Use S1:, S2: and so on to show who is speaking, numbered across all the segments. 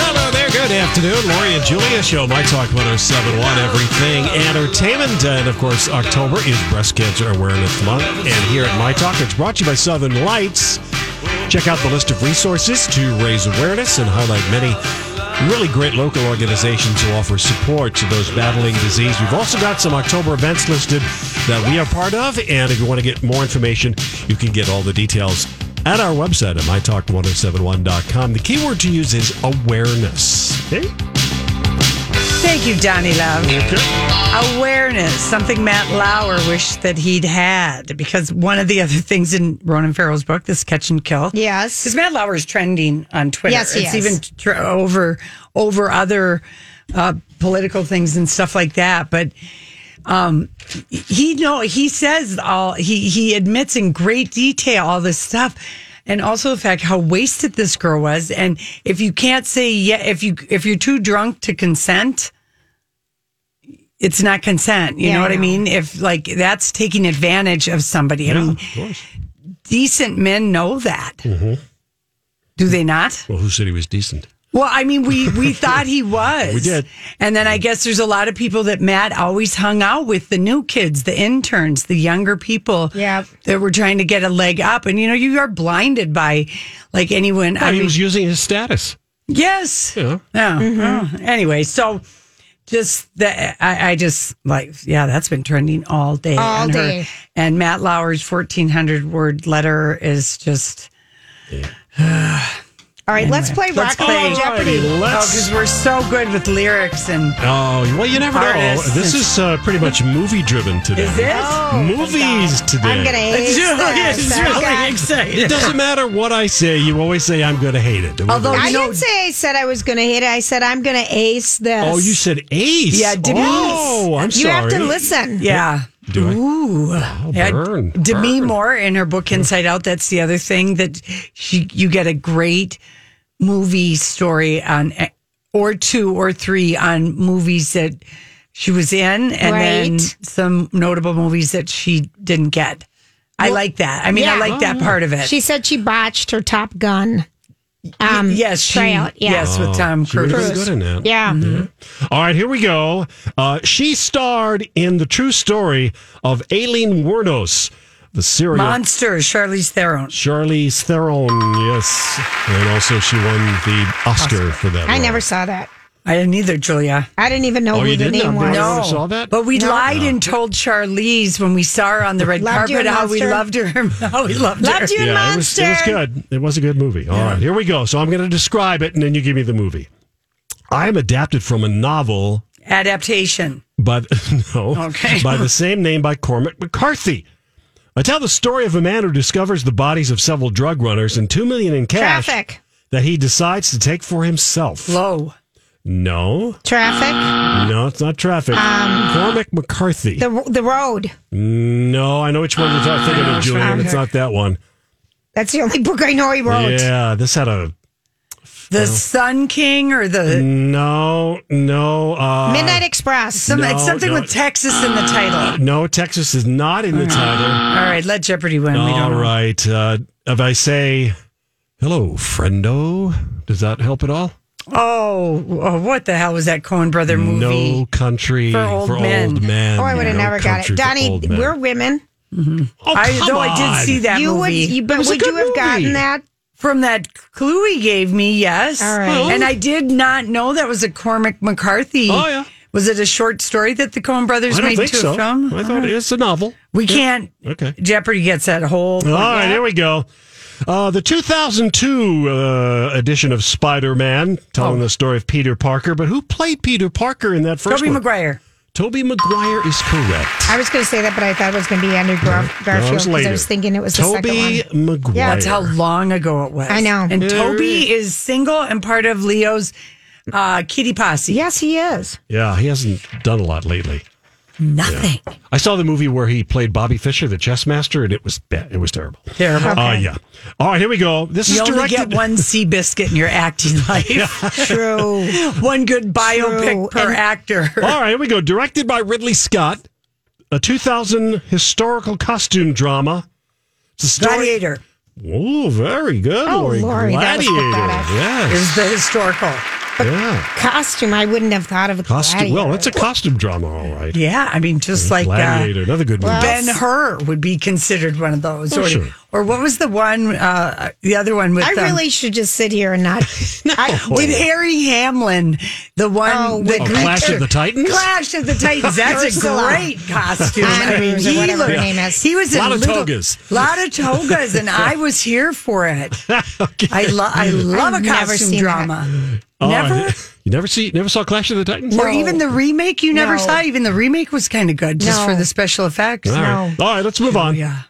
S1: Hello there. Good afternoon. Lori and Julia show My Talk 1071 Everything Entertainment. And of course, October is Breast Cancer Awareness Month. And here at My Talk, it's brought to you by Southern Lights. Check out the list of resources to raise awareness and highlight many really great local organizations who offer support to those battling disease. We've also got some October events listed that we are part of. And if you want to get more information, you can get all the details at our website at mytalk1071.com. The keyword to use is awareness. Okay?
S2: Thank you, Donnie Love. Awareness, something Matt Lauer wished that he'd had, because one of the other things in Ronan Farrow's book, this catch and kill,
S3: Yes.
S2: because Matt Lauer is trending on Twitter.
S3: Yes, he
S2: it's
S3: is.
S2: even tr- over over other uh, political things and stuff like that. But um, he know he says all he he admits in great detail all this stuff. And also the fact how wasted this girl was, and if you can't say yeah, if you if you're too drunk to consent, it's not consent. You
S3: Yeah,
S2: know
S3: I
S2: what I
S3: know.
S2: mean? If like that's taking advantage of somebody. I mean, decent men know that.
S3: Mm-hmm.
S2: Do they not?
S1: Well, who said he was decent?
S2: Well, I mean, we we thought he was.
S1: We did.
S2: And then I guess there's a lot of people that Matt always hung out with the new kids, the interns, the younger people
S3: Yeah.
S2: that were trying to get a leg up. And you know, you are blinded by like anyone. I
S1: he
S2: mean,
S1: was using his status.
S2: yes.
S1: Yeah.
S2: Yeah.
S3: Mm-hmm.
S2: yeah. Anyway, so just that I, I just like yeah, that's been trending all day.
S3: All
S2: on her.
S3: day.
S2: And Matt Lauer's fourteen hundred word letter is just
S3: All right, let's play
S2: Let's
S3: Rock and Roll
S2: play.
S3: Jeopardy.
S1: Alrighty,
S2: oh,
S1: let's-
S2: because we're so good with lyrics and
S1: Oh, well, you never
S2: Artists.
S1: know. This is uh, pretty much movie driven today.
S2: Is it?
S3: Oh,
S1: Movies today.
S3: I'm gonna hate this. I got-
S1: It
S2: excited.
S1: doesn't matter what I say. You always say I'm going to hate it.
S2: Although-
S3: I
S2: You know-
S3: didn't say I said I was gonna hate it. I said I'm gonna ace this.
S1: oh, you said ace.
S2: Yeah, Denise.
S1: Oh, I'm
S3: You
S1: sorry.
S3: have to listen.
S2: Yeah.
S1: Do I?
S2: Ooh. Yeah,
S1: burn,
S2: Demi
S1: burn.
S2: Moore in her book Inside Out. That's the other thing that she you get a great movie story on eh, or two or three on movies that she was in, and then
S3: Right.
S2: some notable movies that she didn't get. I like that. I mean, I
S3: yeah. Oh.
S2: like that part of it.
S3: She said she botched her Top Gun. Um,
S2: yes, she,
S3: tryout, yeah.
S2: yes, with Tom
S1: Oh. She would
S2: Cruise.
S1: have been good in that.
S3: Yeah.
S1: mm-hmm. All right, here we go. Uh, she starred in the true story of Aileen Wuornos, the serial
S2: Monsters, Charlize Theron.
S1: Charlize Theron. Yes, and also she won the Oscar for that.
S3: I
S1: role.
S3: never saw that.
S2: I didn't either, Julia.
S3: I didn't even know
S1: Oh,
S3: who
S1: you
S3: the
S1: didn't
S3: name
S1: know?
S3: was.
S1: No. ever saw that?
S2: But we lied and told Charlize when we saw her on the red
S3: Loved you,
S2: carpet how we
S3: monster.
S2: loved her. How we loved,
S3: Loved
S2: her.
S1: Yeah,
S3: you,
S1: it was,
S3: monster.
S1: it was good. It was a good movie. All right, here we go. So I'm going to describe it, and then you give me the movie. I am adapted from a novel
S2: Adaptation.
S1: by the, no,
S2: Okay.
S1: by the same name by Cormac McCarthy. I tell the story of a man who discovers the bodies of several drug runners and two million in cash
S3: Traffic.
S1: that he decides to take for himself.
S2: Low.
S1: No,
S3: Traffic.
S1: no, it's not traffic. Cormac McCarthy.
S3: Um, The the road.
S1: no, I know which one you're talking- thinking
S3: Oh,
S1: of, Julian. It's not that one.
S3: That's the only book I know he wrote.
S1: Yeah, this had a
S2: The Sun King or
S1: Mm.
S2: the
S1: no, no. Uh,
S3: Midnight Express.
S2: some,
S1: No,
S2: it's something
S1: no.
S2: with Texas in the title.
S1: No, Texas is not in the
S3: Ah.
S1: title.
S2: All right, let Jeopardy win. we
S1: Ah. All
S2: don't know.
S1: right. Uh, if I say hello, friendo, does that help at all?
S2: Oh, oh, what the hell was that Cohen brother movie?
S1: No country
S2: For old
S1: old
S2: men.
S1: men.
S3: oh, I would have
S1: No
S3: never got
S1: country
S3: it.
S1: for
S3: Donnie,
S1: old men.
S3: we're women.
S1: Oh,
S2: I
S1: come
S2: though I
S1: on.
S2: did see that
S3: you would,
S2: movie
S3: you,
S1: It
S3: but
S1: was a
S3: would you
S1: good
S3: have
S1: movie.
S3: gotten that?
S2: from that Cluey gave me. Yes,
S3: All right.
S2: and I did not know that was a Cormac McCarthy.
S1: Oh, yeah.
S2: Was it a short story that the Cohen
S1: I
S2: brothers
S1: don't
S2: made
S1: think
S2: to
S1: so.
S2: a film?
S1: I thought it's a novel.
S2: We can't.
S1: Okay.
S2: Jeopardy gets that whole.
S1: All right, here we go. Uh, the 2002 uh, edition of
S2: Oh.
S1: Spider Man, telling the story of Peter Parker. But who played Peter Parker in that first
S2: Toby
S1: one?
S2: Maguire.
S1: Toby Maguire is correct.
S3: I was going to say that, but I thought it was going to be Andrew Gar-
S1: No, it
S3: Garfield
S1: was
S3: because I
S1: later.
S3: was thinking it was the
S1: Toby
S3: second one.
S1: Maguire.
S3: Yeah,
S2: That's how long ago it was.
S3: I know.
S2: And
S3: Yeah.
S2: Toby is single and part of Leo's uh, kitty posse.
S3: Yes, he is.
S1: Yeah, he hasn't done a lot lately.
S2: Nothing.
S1: I saw the movie where he played Bobby Fischer, the chess master, and it was bad. It was terrible.
S2: Terrible.
S1: Oh yeah. All right, here we go. This
S2: You
S1: is
S2: only
S1: directed.
S2: get one sea biscuit in your acting life.
S3: True.
S2: One good biopic
S3: True.
S2: per
S3: And-
S2: actor.
S1: All right, here we go. Directed by Ridley Scott, a 2000 historical costume drama. It's a story-
S2: Gladiator
S1: Oh, very good,
S3: Oh,
S1: Lori.
S3: Lori, that was
S1: Gladiator.
S3: pathetic.
S1: Yes.
S2: is the historical.
S1: Yeah.
S3: costume. I wouldn't have thought of a
S1: Costume. Well,
S3: gladiator.
S1: that's a costume drama, all right.
S2: Yeah, I mean, just like uh,
S1: Gladiator, another good movie.
S2: Ben Hur would be considered one of those.
S1: Oh,
S2: or,
S1: sure.
S2: or what was the one, uh, the other one with.
S3: I
S2: um,
S3: really should just sit here and not. I,
S2: with Harry Hamlin, the one,
S3: Oh,
S2: the
S3: Oh,
S2: Greek
S1: Clash of the Titans?
S2: Clash of the Titans. That's a
S3: Ursula.
S2: great costume. I mean,
S3: Andrews or
S2: he
S3: whatever her
S2: looked-
S3: name is.
S2: He was in
S1: Lot of
S2: little-
S1: togas.
S2: lot of togas, and I was here for it.
S1: Okay.
S2: I, lo- I love
S3: I've
S2: a
S3: never
S2: costume
S3: seen
S2: drama.
S1: All right. Oh,
S2: Never.
S1: You never see never saw Clash of the Titans?
S2: Or even the remake you never
S3: No.
S2: saw. Even the remake was kind of good just
S3: No.
S2: for the special effects.
S1: All right. All right, let's move on.
S2: Yeah.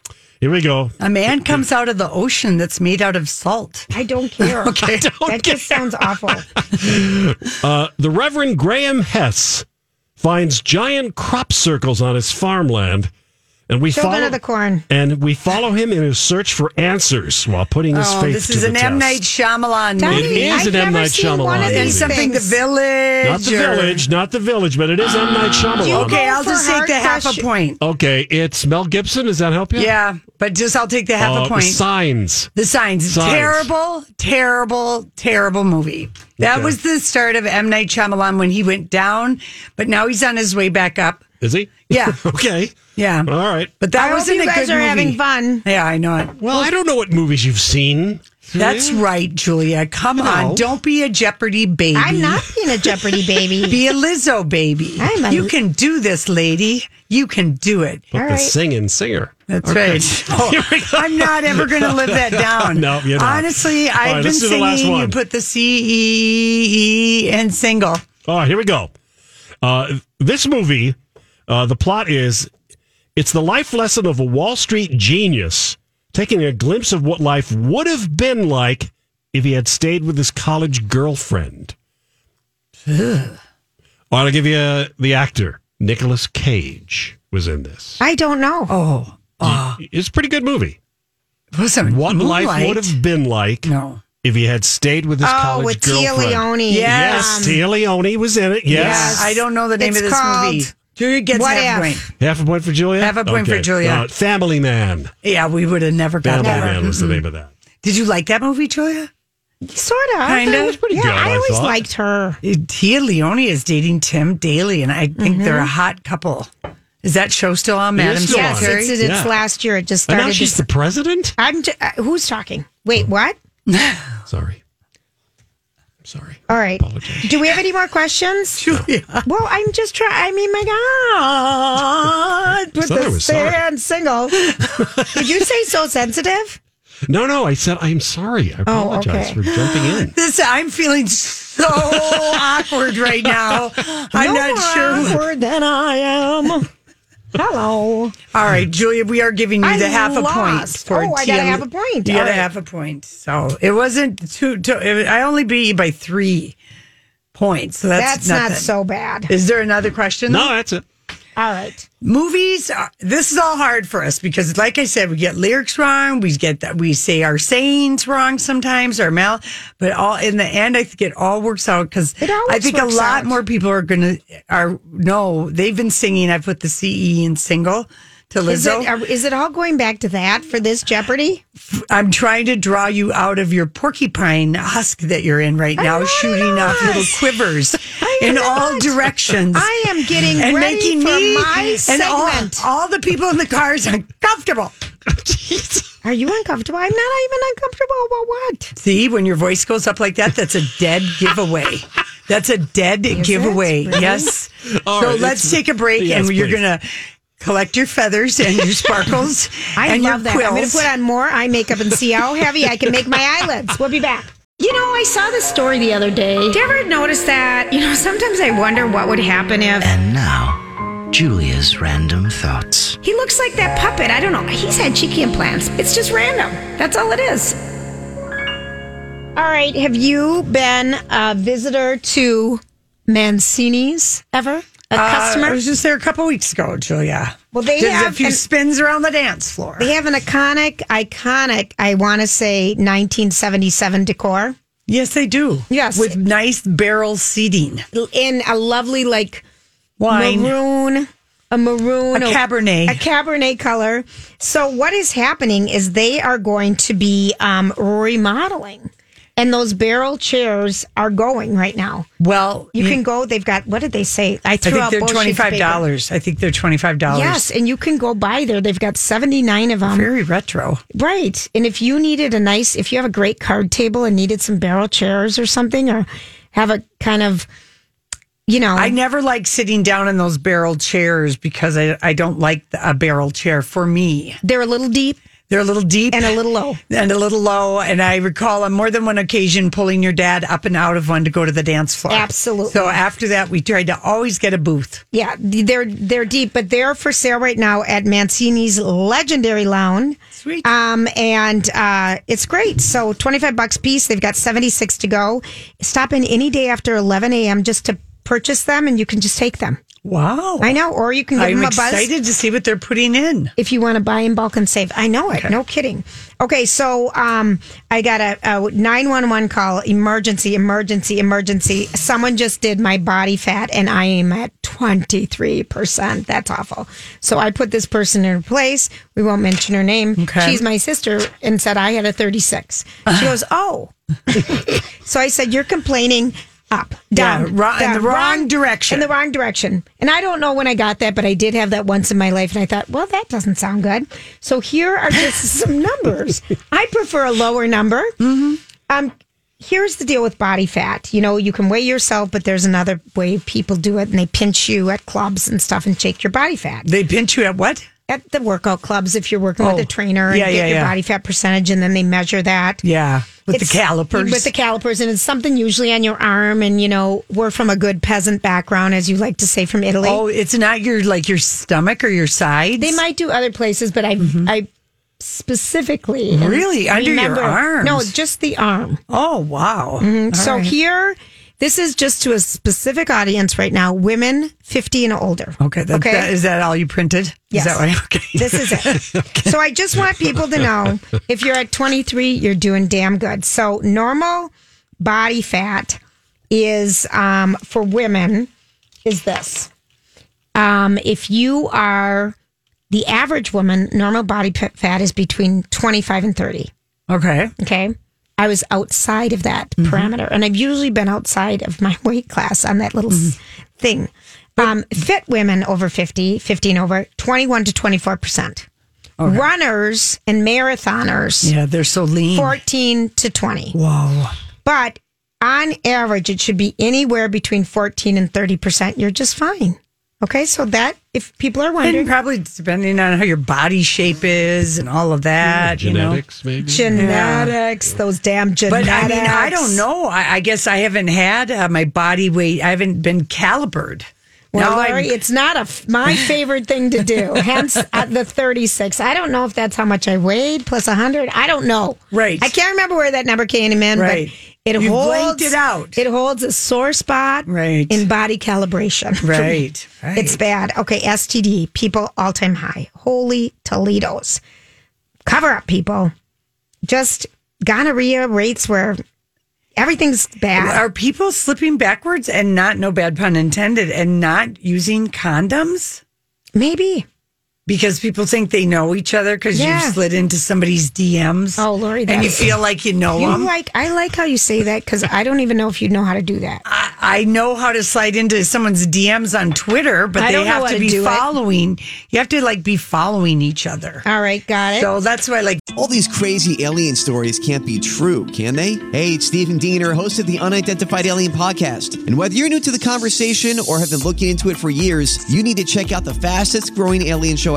S1: Here we go.
S2: A man comes out of the ocean that's made out of salt.
S3: I don't care.
S2: Okay.
S3: that just sounds awful.
S1: The Reverend Graham Hess finds giant crop circles on his farmland, and we
S3: Children
S1: follow
S3: of the corn.
S1: and we follow him in his search for answers while putting his
S2: Oh,
S1: faith
S2: this
S1: to
S2: is
S1: the
S2: an
S1: test.
S2: M. Night Shyamalan
S3: Donnie,
S2: movie.
S1: is
S3: I've
S1: an M.
S3: never
S1: Night
S3: seen one
S1: Shyamalan
S3: of
S1: movie.
S3: these
S2: Something the
S3: things.
S2: village.
S1: not the
S2: or-
S1: village, not the village, but it is M. Night Shyamalan.
S2: Okay, I'll
S3: For
S2: just take
S3: hard
S2: the half a
S3: question.
S2: point.
S1: Okay, it's Mel Gibson. Does that help you?
S2: Yeah, but just I'll take the half
S1: Uh,
S2: a point.
S1: Signs.
S2: the signs.
S1: Signs.
S2: Terrible, terrible, terrible movie. That
S1: Okay.
S2: was the start of M. Night Shyamalan when he went down, but now he's on his way back up.
S1: Is he?
S2: Yeah.
S1: okay.
S2: Yeah.
S1: All right.
S2: But that
S3: I hope
S2: wasn't
S3: you
S2: a
S3: guys
S2: good
S3: are
S2: movie.
S3: having fun.
S2: Yeah, I know it.
S1: Well, I don't know what movies you've seen.
S2: That's right, Julia. Come
S1: No.
S2: on. Don't be a Jeopardy baby.
S3: I'm not being a Jeopardy baby.
S2: Be a Lizzo baby.
S3: I'm a-
S2: you can do this, lady. You can do it.
S1: But
S3: All
S1: the
S3: right.
S1: singing singer.
S2: That's right. Oh, I'm not ever going to live that down.
S1: No, you're not.
S2: Honestly,
S1: All
S2: I've
S1: right,
S2: been
S1: let's do the last
S2: singing. You
S1: one.
S2: put the C E E and single.
S1: All right, here we go. Uh, this movie, uh, the plot is it's the life lesson of a Wall Street genius taking a glimpse of what life would have been like if he had stayed with his college girlfriend. All right, I'll give you uh, the actor. Nicolas Cage was in this.
S3: I don't know.
S2: Oh,
S1: It's a pretty good movie.
S2: listen.
S1: What
S2: Moonlight.
S1: life would have been like
S2: No.
S1: if he had stayed with his
S3: oh,
S1: college
S3: with Tia
S1: girlfriend.
S3: Leone.
S2: Yes.
S1: Yes, Tia Leone was in it. Yes.
S2: Yes, I don't know the name
S3: It's
S2: of this
S3: called
S2: movie. Julia gets
S3: What
S2: half a
S3: If?
S2: point.
S1: Half a point for Julia. Uh,
S2: Half a point for Julia.
S1: Family Man.
S2: Yeah, we would have never got
S1: Family
S2: that.
S1: Man was the name of that.
S2: Did you like that movie, Julia?
S3: Sort of.
S2: Kinda. It was
S1: pretty
S3: yeah,
S1: good, I
S3: I always
S1: thought.
S3: liked her.
S2: Tia Leone is dating Tim Daly, and I think they're a hot couple. Is that show still on,
S1: It is
S2: Madam
S1: still on.
S3: Yes,
S2: Secretary?
S3: it's, it's
S1: Yeah.
S3: last year. It just
S1: And
S3: started.
S1: now she's
S3: this-
S1: the president.
S3: I'm j- uh, who's talking? Wait, what?
S1: Sorry. Sorry.
S3: All right.
S1: Apologize.
S3: Do we have any more questions?
S2: Julia.
S3: Well, I'm just trying. I mean, my God, with
S1: Thought I
S3: the
S1: was sorry.
S3: stand single. Did you say so sensitive?
S1: No, no. I said I'm sorry.
S2: Oh,
S1: I apologize
S3: okay.
S1: for jumping in.
S2: This I'm feeling so awkward right now. I'm
S3: no
S2: not sure.
S3: more awkward than I am. Hello.
S2: All right, Julia, we are giving you
S3: I
S2: the half
S3: lost.
S2: a point.
S3: Oh, I
S2: Tia-
S3: gotta have a point.
S2: You
S3: All
S2: gotta
S3: right.
S2: have a point. So it wasn't two. two it, I only beat you by three points. So that's,
S3: That's, not
S2: nothing.
S3: so bad.
S2: Is there another question?
S1: No, that's it.
S3: All right.
S2: movies are, this is all hard for us because like i said we get lyrics wrong we get that we say our sayings wrong sometimes our mouth but all in the end i think it all works out because
S3: It always
S2: i think a
S3: works
S2: lot
S3: out.
S2: more people are gonna are no they've been singing i put the ce in single to
S3: Is
S2: lizzo
S3: it, are, is it all going back to that for this Jeopardy?
S2: i'm trying to draw you out of your porcupine husk that you're in right now
S3: I'm
S2: shooting off
S3: not.
S2: little quivers
S3: I'm
S2: in all
S3: not.
S2: directions
S3: I am getting
S2: and
S3: ready
S2: making
S3: for
S2: me
S3: my
S2: and all,
S3: segment.
S2: all the people in the cars uncomfortable.
S3: Are you uncomfortable? I'm not even uncomfortable about what?
S2: See, when your voice goes up like that, that's a dead giveaway. That's a dead giveaway.
S3: Really?
S2: Yes.
S1: All
S2: so
S1: right,
S2: let's
S1: it's-
S2: take a break
S1: yes,
S2: and you're
S1: please.
S2: going to collect your feathers and your sparkles
S3: I
S2: and
S3: love
S2: your
S3: that. I'm going
S2: quills.
S3: to put on more eye makeup and see how heavy I can make my eyelids. We'll be back.
S4: You know, I saw this story the other day.
S3: Do you ever notice that? You know, sometimes I wonder what would happen if.
S5: And now,
S4: Julia's random thoughts.
S3: He looks like that puppet. I don't know. He's had cheeky implants. It's just random. That's all it is. All right. Have you been a visitor to Mancini's ever? A
S2: I
S3: customer?
S2: was just there a couple weeks ago, Julia.
S3: Well, they
S2: Did a
S3: have
S2: few
S3: an-
S2: spins around the dance floor.
S3: They have an iconic, iconic, I want to say 1977 decor
S2: yes, they do.
S3: Yes.
S2: with nice barrel seating,
S3: in a lovely, like,
S2: wine.
S3: maroon, a maroon,
S2: A Cabernet.
S3: a Cabernet color. So what is happening is they are going to be um, remodeling, and those barrel chairs are going right now.
S2: Well,
S3: You can go. They've got what did they say? I
S2: I
S3: threw
S2: think
S3: out
S2: they're
S3: both
S2: twenty
S3: sheets of
S2: five
S3: paper.
S2: dollars. I think they're twenty five dollars.
S3: Yes, and you can go buy there. They've got seventy nine of them.
S2: very retro.
S3: Right. And if you needed a nice, if you have a great card table and needed some barrel chairs or something, or have a kind of, you know,
S2: I never like sitting down in those barrel chairs because I, I don't like the- a barrel chair for me.
S3: they're a little deep
S2: They're a little deep
S3: and a little low.
S2: and a little low. And I recall on more than one occasion pulling your dad up and out of one to go to the dance floor.
S3: Absolutely.
S2: So after that, we tried to always get a booth.
S3: Yeah, they're they're deep, but they're for sale right now at Mancini's Legendary Lounge.
S2: Sweet.
S3: Um, and uh, it's great. So twenty five bucks piece. They've got seventy six to go. Stop in any day after eleven a.m. just to purchase them, and you can just take them.
S2: Wow.
S3: I know, or you can give
S2: I'm
S3: them a buzz
S2: excited to see what they're putting in.
S3: if you want to buy in bulk and save. I know it. No kidding. Okay, so um, I got a, a 911 call emergency, emergency, emergency. Someone just did my body fat and I am at 23%. That's awful. So I put this person in her place. We won't mention her name.
S2: Okay.
S3: She's my sister and said I had a 36. She goes, Oh. so I said, You're complaining. Up,
S2: Yeah,
S3: down,
S2: wrong- in
S3: down,
S2: the wrong direction.
S3: In the wrong direction. And I don't know when I got that, but I did have that once in my life, and I thought, well, that doesn't sound good. So here are just some numbers. I prefer a lower number. Mm-hmm. Um, here's the deal with body fat. You know, you can weigh yourself, but there's another way people do it, and they pinch you at clubs and stuff and shake your body fat
S2: They pinch you at what?
S3: at the workout clubs if you're working with
S2: Oh,
S3: a trainer and
S2: yeah,
S3: get
S2: yeah,
S3: your
S2: yeah.
S3: body fat percentage, and then they measure that.
S2: Yeah. With
S3: It's-
S2: the calipers.
S3: With the calipers, and it's something usually on your arm. And you know, we're from a good peasant background, as you like to say, from Italy.
S2: Oh, it's not your like your stomach or your sides.
S3: They might do other places, but I I specifically
S2: Mm-hmm. Really? Under your arms?
S3: No, just the arm.
S2: Oh wow.
S3: so here, this is just to a specific audience right now: women fifty and older.
S2: Okay. That,
S3: okay.
S2: that- is that all you printed?
S3: Yes.
S2: Is that why? Okay.
S3: this is it. So I just want people to know if you're at 23, you're doing damn good. So normal body fat is um, for women is this. Um, if you are the average woman, normal body p- fat is between 25 and 30.
S2: Okay.
S3: Okay. I was outside of that
S2: Mm-hmm.
S3: parameter, and I've usually been outside of my weight class on that little s
S2: Mm-hmm.
S3: thing. Um, fit women over 50, 15 over, 21 to 24%. Runners and marathoners,
S2: Yeah, they're so lean.
S3: 14 to 20.
S2: Whoa.
S3: But on average, it should be anywhere between 14 and 30%. You're just fine. Okay. So that, if people are
S2: And
S3: wondering,
S2: probably depending on how your body shape is and all of that, you know.
S1: Genetics, maybe.
S3: genetics, those damn genetics.
S2: But I mean, I don't know. I, I guess I haven't had uh, my body weight. I haven't been calibered.
S3: Well,
S2: Now I'm-
S3: Lori, it's not a f- my favorite thing to do. Hence, at the 36, I don't know if that's how much I weighed plus 100. I don't know.
S2: Right.
S3: I can't remember where that number came in,
S2: Right.
S3: but it
S2: You blanked
S3: holds
S2: it out.
S3: It holds a sore spot
S2: Right.
S3: in body calibration.
S2: right, right.
S3: It's bad. Okay, STD, people all time high. Holy Toledo's. Cover up, people. Just gonorrhea rates where everything's bad.
S2: Are people slipping backwards and not, no bad pun intended, and not using condoms?
S3: Maybe.
S2: Because people think they know each other because
S3: Yeah.
S2: you've slid into somebody's DMs.
S3: Oh, Lori,
S2: And you
S3: that's-
S2: feel like you know
S3: You
S2: them.
S3: like I like how you say that because I don't even know if you know how to do that.
S2: I, I know how to slide into someone's DMs on Twitter, but
S3: I
S2: they
S3: don't know
S2: have
S3: how
S2: to
S3: to
S2: be
S3: do it.
S2: following. You have to like be following each other.
S3: All right, got it.
S2: So that's why, like,
S5: All these crazy alien stories can't be true, can they? Hey, it's Stephen Diener, host of the Unidentified Alien Podcast. And whether you're new to the conversation or have been looking into it for years, you need to check out the fastest growing alien show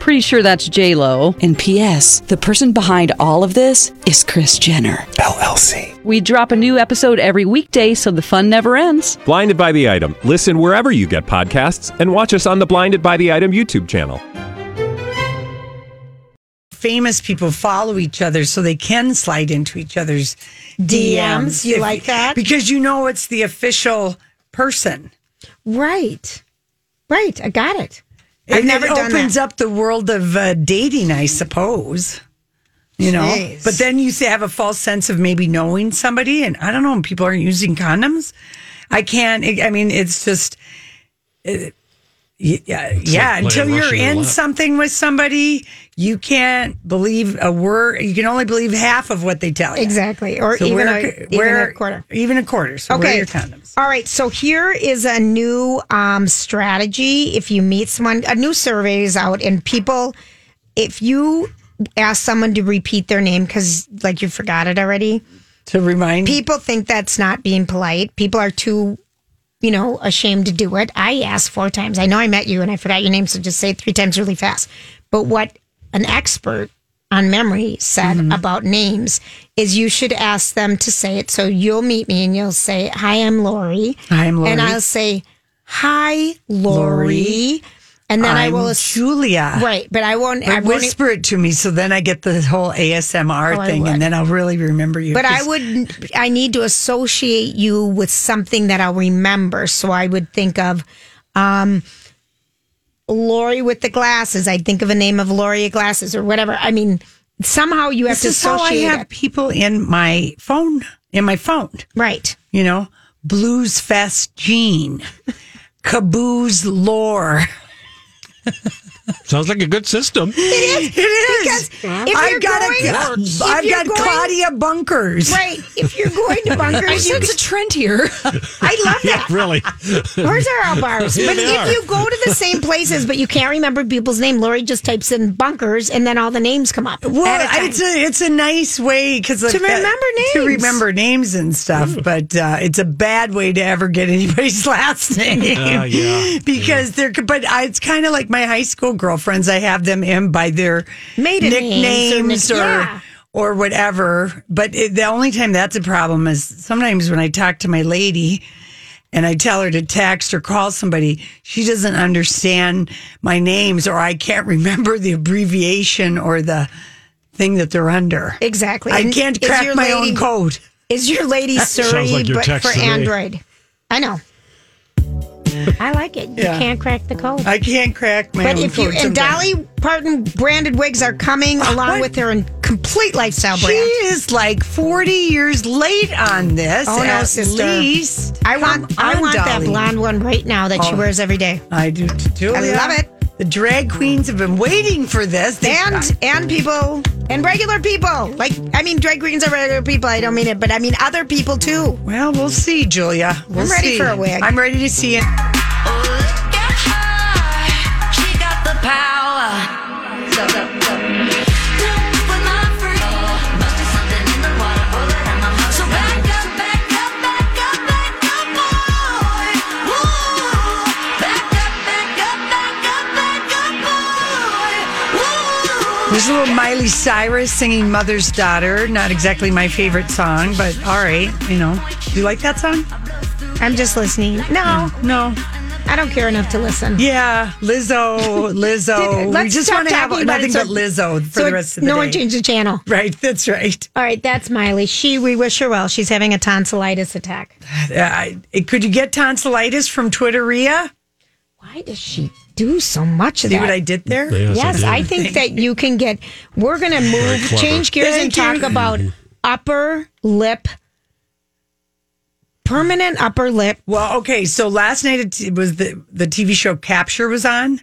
S6: Pretty sure that's J Lo.
S7: And P.S. The person behind all of this is Chris Jenner.
S8: LLC.
S6: We drop a new episode every weekday, so the fun never ends.
S8: Blinded by the item. Listen wherever you get podcasts, and watch us on the Blinded by the Item YouTube channel.
S2: Famous people follow each other so they can slide into each other's DMs.
S3: DMs, you like that?
S2: Because you know it's the official person.
S3: Right. Right. I got it. I've
S2: And
S3: never
S2: it
S3: done
S2: opens
S3: that.
S2: up the world of uh, dating, I suppose. You know,
S3: Jeez.
S2: but then you say- have a false sense of maybe knowing somebody, and I don't know. and People aren't using condoms. I can't. I mean, it's just, it, yeah, yeah.
S1: like
S2: until
S1: playing
S2: you're
S1: Russian
S2: in
S1: roulette.
S2: something with somebody, you can't believe a word. You can only believe half of what they tell you.
S3: Exactly. Or
S2: So
S3: even,
S2: we're
S3: a, even a quarter.
S2: Even a quarter. So wear
S3: Okay.
S2: your condoms.
S3: All right. So here is a new um, strategy. If you meet someone, a new survey is out, and people, if you ask someone to repeat their name because like you forgot it already,
S2: To remind
S3: people think that's not being polite. People are too, you know, ashamed to do it. I asked four times. I know I met you and I forgot your name, so just say it three times really fast. But what an expert on memory said
S2: Mm-hmm.
S3: about names is you should ask them to say it. So you'll meet me and you'll say, Hi, I'm Lori.
S2: Hi, I'm Lori.
S3: And I'll say, Hi, Lori. And then i
S2: I'm
S3: will assume.
S2: Julia.
S3: Right, but I won't. I
S2: But
S3: won't
S2: whisper it to me so then I get the whole ASMR
S3: Oh, I
S2: thing
S3: would.
S2: and then I'll really remember you.
S3: But I
S2: 'Cause
S3: would, I need to associate you with something that I'll remember. So I would think of um, Lori with the glasses. I'd think of a name of Lori with glasses or whatever. I mean, somehow you have
S2: This is
S3: to
S2: how I
S3: associate
S2: have
S3: it.
S2: people in my phone, in my phone,
S3: Right.
S2: you know, Blues Fest Gene, Caboose Lore.
S1: Sounds like a good system.
S2: It is.
S3: Because if you're
S2: I've got,
S3: going,
S2: a,
S3: if
S2: I've
S3: you're
S2: got
S3: going-
S2: Claudia Bunkers.
S3: Right. If you're going to bunkers, you,
S7: a trend here.
S3: I love
S1: Yeah,
S3: that.
S1: really.
S3: Hers are all bars. But
S1: they
S3: if
S1: are.
S3: you go to the same places, but you can't remember people's name, Lori just types in bunkers and then all the names come up.
S2: Well,
S3: at a time.
S2: it's a it's a nice way because
S3: To remember
S2: to
S3: names.
S2: remember names and stuff, but uh, it's a bad way to ever get anybody's last name.
S1: Uh, yeah.
S2: because they're but I, it's kind of like my high school girlfriends. I have them in by their
S3: Maiden
S2: nicknames
S3: names
S2: or.
S3: or
S2: Or,
S3: nick- yeah.
S2: whatever, but it, the only time that's a problem is sometimes when I talk to my lady, and I tell her to text or call somebody, she doesn't understand my names or I can't remember the abbreviation or the thing that they're under.
S3: Exactly.
S2: I
S3: And
S2: can't
S3: is
S2: crack
S3: your
S2: my
S3: lady-
S2: own code.
S3: Is your lady Surrey,
S1: Sounds like your
S3: but
S1: text
S3: for
S1: to me.
S3: Android? I know. I like it. You
S2: Yeah.
S3: can't crack the code.
S2: I can't crack my
S3: but
S2: own
S3: if you
S2: code.
S3: and
S2: sometimes.
S3: Dolly Parton branded wigs are coming along with her in complete lifestyle
S2: she
S3: brand.
S2: is like 40 years late on this.
S3: Oh, no,
S2: at
S3: sister.
S2: least.
S3: I want
S2: Come
S3: I
S2: on,
S3: want that
S2: Dolly.
S3: blonde one right now that she
S2: Oh.
S3: wears every day.
S2: I do too. Julia.
S3: love it.
S2: The drag queens have been waiting for this. They-
S3: And and people and regular people. Like I mean drag queens are regular people, I don't mean it, but I mean other people too.
S2: well, we'll see, Julia. We'll
S3: I'm ready
S2: see.
S3: for a wig.
S2: I'm ready to see it. There's a little Miley Cyrus singing Mother's Daughter. Not exactly my favorite song, but all right, you know. Do you like that song?
S3: I'm just listening. No,
S2: No.
S3: I don't care enough to listen.
S2: Yeah, Lizzo, Lizzo. we
S3: Let's
S2: just
S3: stop
S2: want to have
S3: talking about
S2: nothing
S3: it so-
S2: but Lizzo for
S3: so
S2: the rest of the
S3: no
S2: day.
S3: one changed the channel.
S2: Right, that's right.
S3: All right, that's Miley. She, we wish her well. She's having a tonsillitis attack.
S2: Uh, I- could you get tonsillitis from Twitteria?
S3: Why does she do so much of
S2: See
S3: that?
S2: what I did there?
S3: yes, I think that you can get. We're going to move,
S1: clever.
S3: change gears, and
S2: Thank
S3: talk about upper lip permanent upper lip.
S2: Well, okay. So last night it t- was the the TV show Capture was on.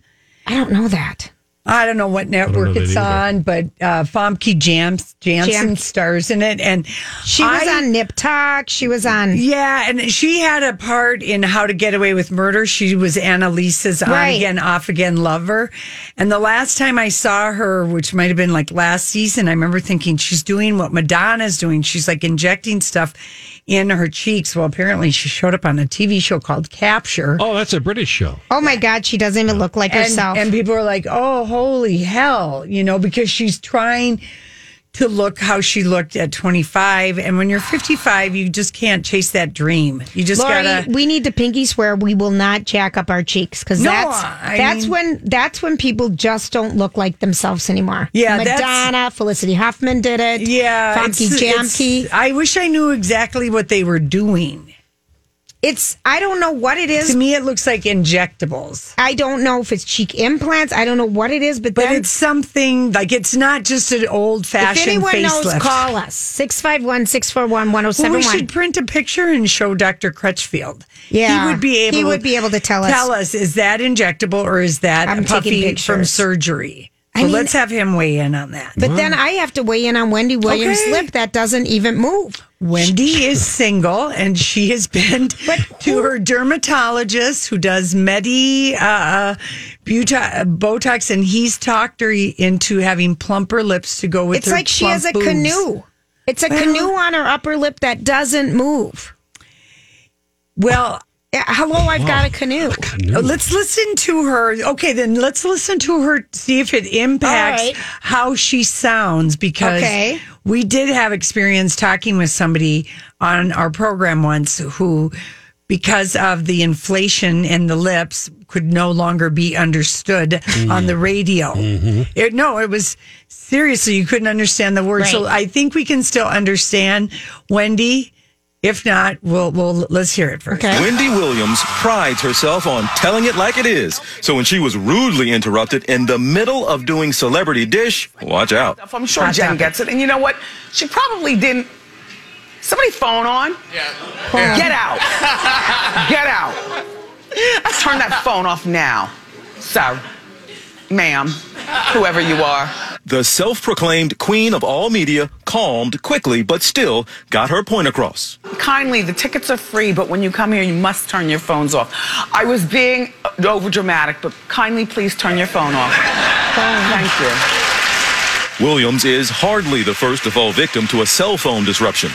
S3: I don't know that.
S2: I don't know what network
S1: that
S2: it's
S1: either.
S2: on, but uh, Fomke Jams Jansen
S3: Jam-
S2: stars in it, and
S3: She was
S2: I-
S3: on Nip Talk. She was on.
S2: Yeah, and she had a part in How to Get Away with Murder. She was Annalisa's on
S3: Right.
S2: again, off again lover. And the last time I saw her, which might have been like last season, I remember thinking she's doing what Madonna's doing. She's like injecting stuff in her cheeks. Well, apparently she showed up on a TV show called Capture.
S1: Oh, that's a British show.
S3: Oh my God, she doesn't even look like
S2: and,
S3: herself.
S2: and people are like, oh, holy hell, you know, because she's trying to look how she looked at 25. And when you're 55, you just can't chase that dream. You just
S3: Lori,
S2: gotta.
S3: we need to pinky swear we will not jack up our cheeks because
S2: uh, No,
S3: that's
S2: I
S3: that's
S2: mean-
S3: when that's when people just don't look like themselves anymore.
S2: Yeah, that's-
S3: Madonna, Felicity Huffman did it.
S2: Yeah,
S3: Funky
S2: it's- it's-
S3: Jamkey. It's,
S2: I wish I knew exactly what they were doing.
S3: I don't know what it is.
S2: To me, it looks like injectables,
S3: I don't know if it's cheek implants. I don't know what it is, but,
S2: but
S3: then
S2: it's something like it's not just an old
S3: if
S2: fashioned.
S3: anyone
S2: facelift.
S3: knows, call us 651 641
S2: Well, we
S3: 1071.
S2: should print a picture and show Dr. Crutchfield.
S3: Yeah,
S2: he would be able.
S3: he would be able to tell us.
S2: Tell us is that injectable or is that
S3: I'm
S2: a
S3: taking
S2: puffy from
S3: pictures.
S2: surgery?
S3: I
S2: So
S3: mean-
S2: let's have him weigh in on that.
S3: But then I have to weigh in on Wendy Williams'
S2: Okay.
S3: lip that doesn't even move.
S2: Wendy is single and she has been to her dermatologist who does Medi uh, uh, buta- Botox, and he's talked her into having plumper lips to go with.
S3: It's
S2: her
S3: like she has a
S2: plump boobs.
S3: canoe. It's a
S2: Well-
S3: canoe on her upper lip that doesn't move.
S2: Well,
S3: Yeah, Hello, I've got a canoe.
S2: Uh, Let's listen to her. Okay, then let's listen to her, see if it impacts
S3: All right.
S2: how she sounds because
S3: Okay.
S2: we did have experience talking with somebody on our program once who, because of the inflation in the lips, could no longer be understood on the radio. It, no, it was seriously, you couldn't understand the word. So I think we can still understand Wendy. If not, we'll, we'll let's hear it first.
S3: Okay.
S9: Wendy Williams prides herself on telling it like it is. So when she was rudely interrupted in the middle of doing celebrity dish, watch out.
S10: I'm sure Jen gets it. And you know what? She probably didn't. Somebody phone on. Yeah. Get out. Get out. Turn that phone off now. So, ma'am, whoever you are.
S9: The self proclaimed queen of all media calmed quickly, but still got her point across.
S10: Kindly, the tickets are free, but when you come here, you must turn your phones off. I was being over dramatic, but kindly please turn your phone off. Thank you.
S9: Williams is hardly the first to fall victim to a cell phone disruption.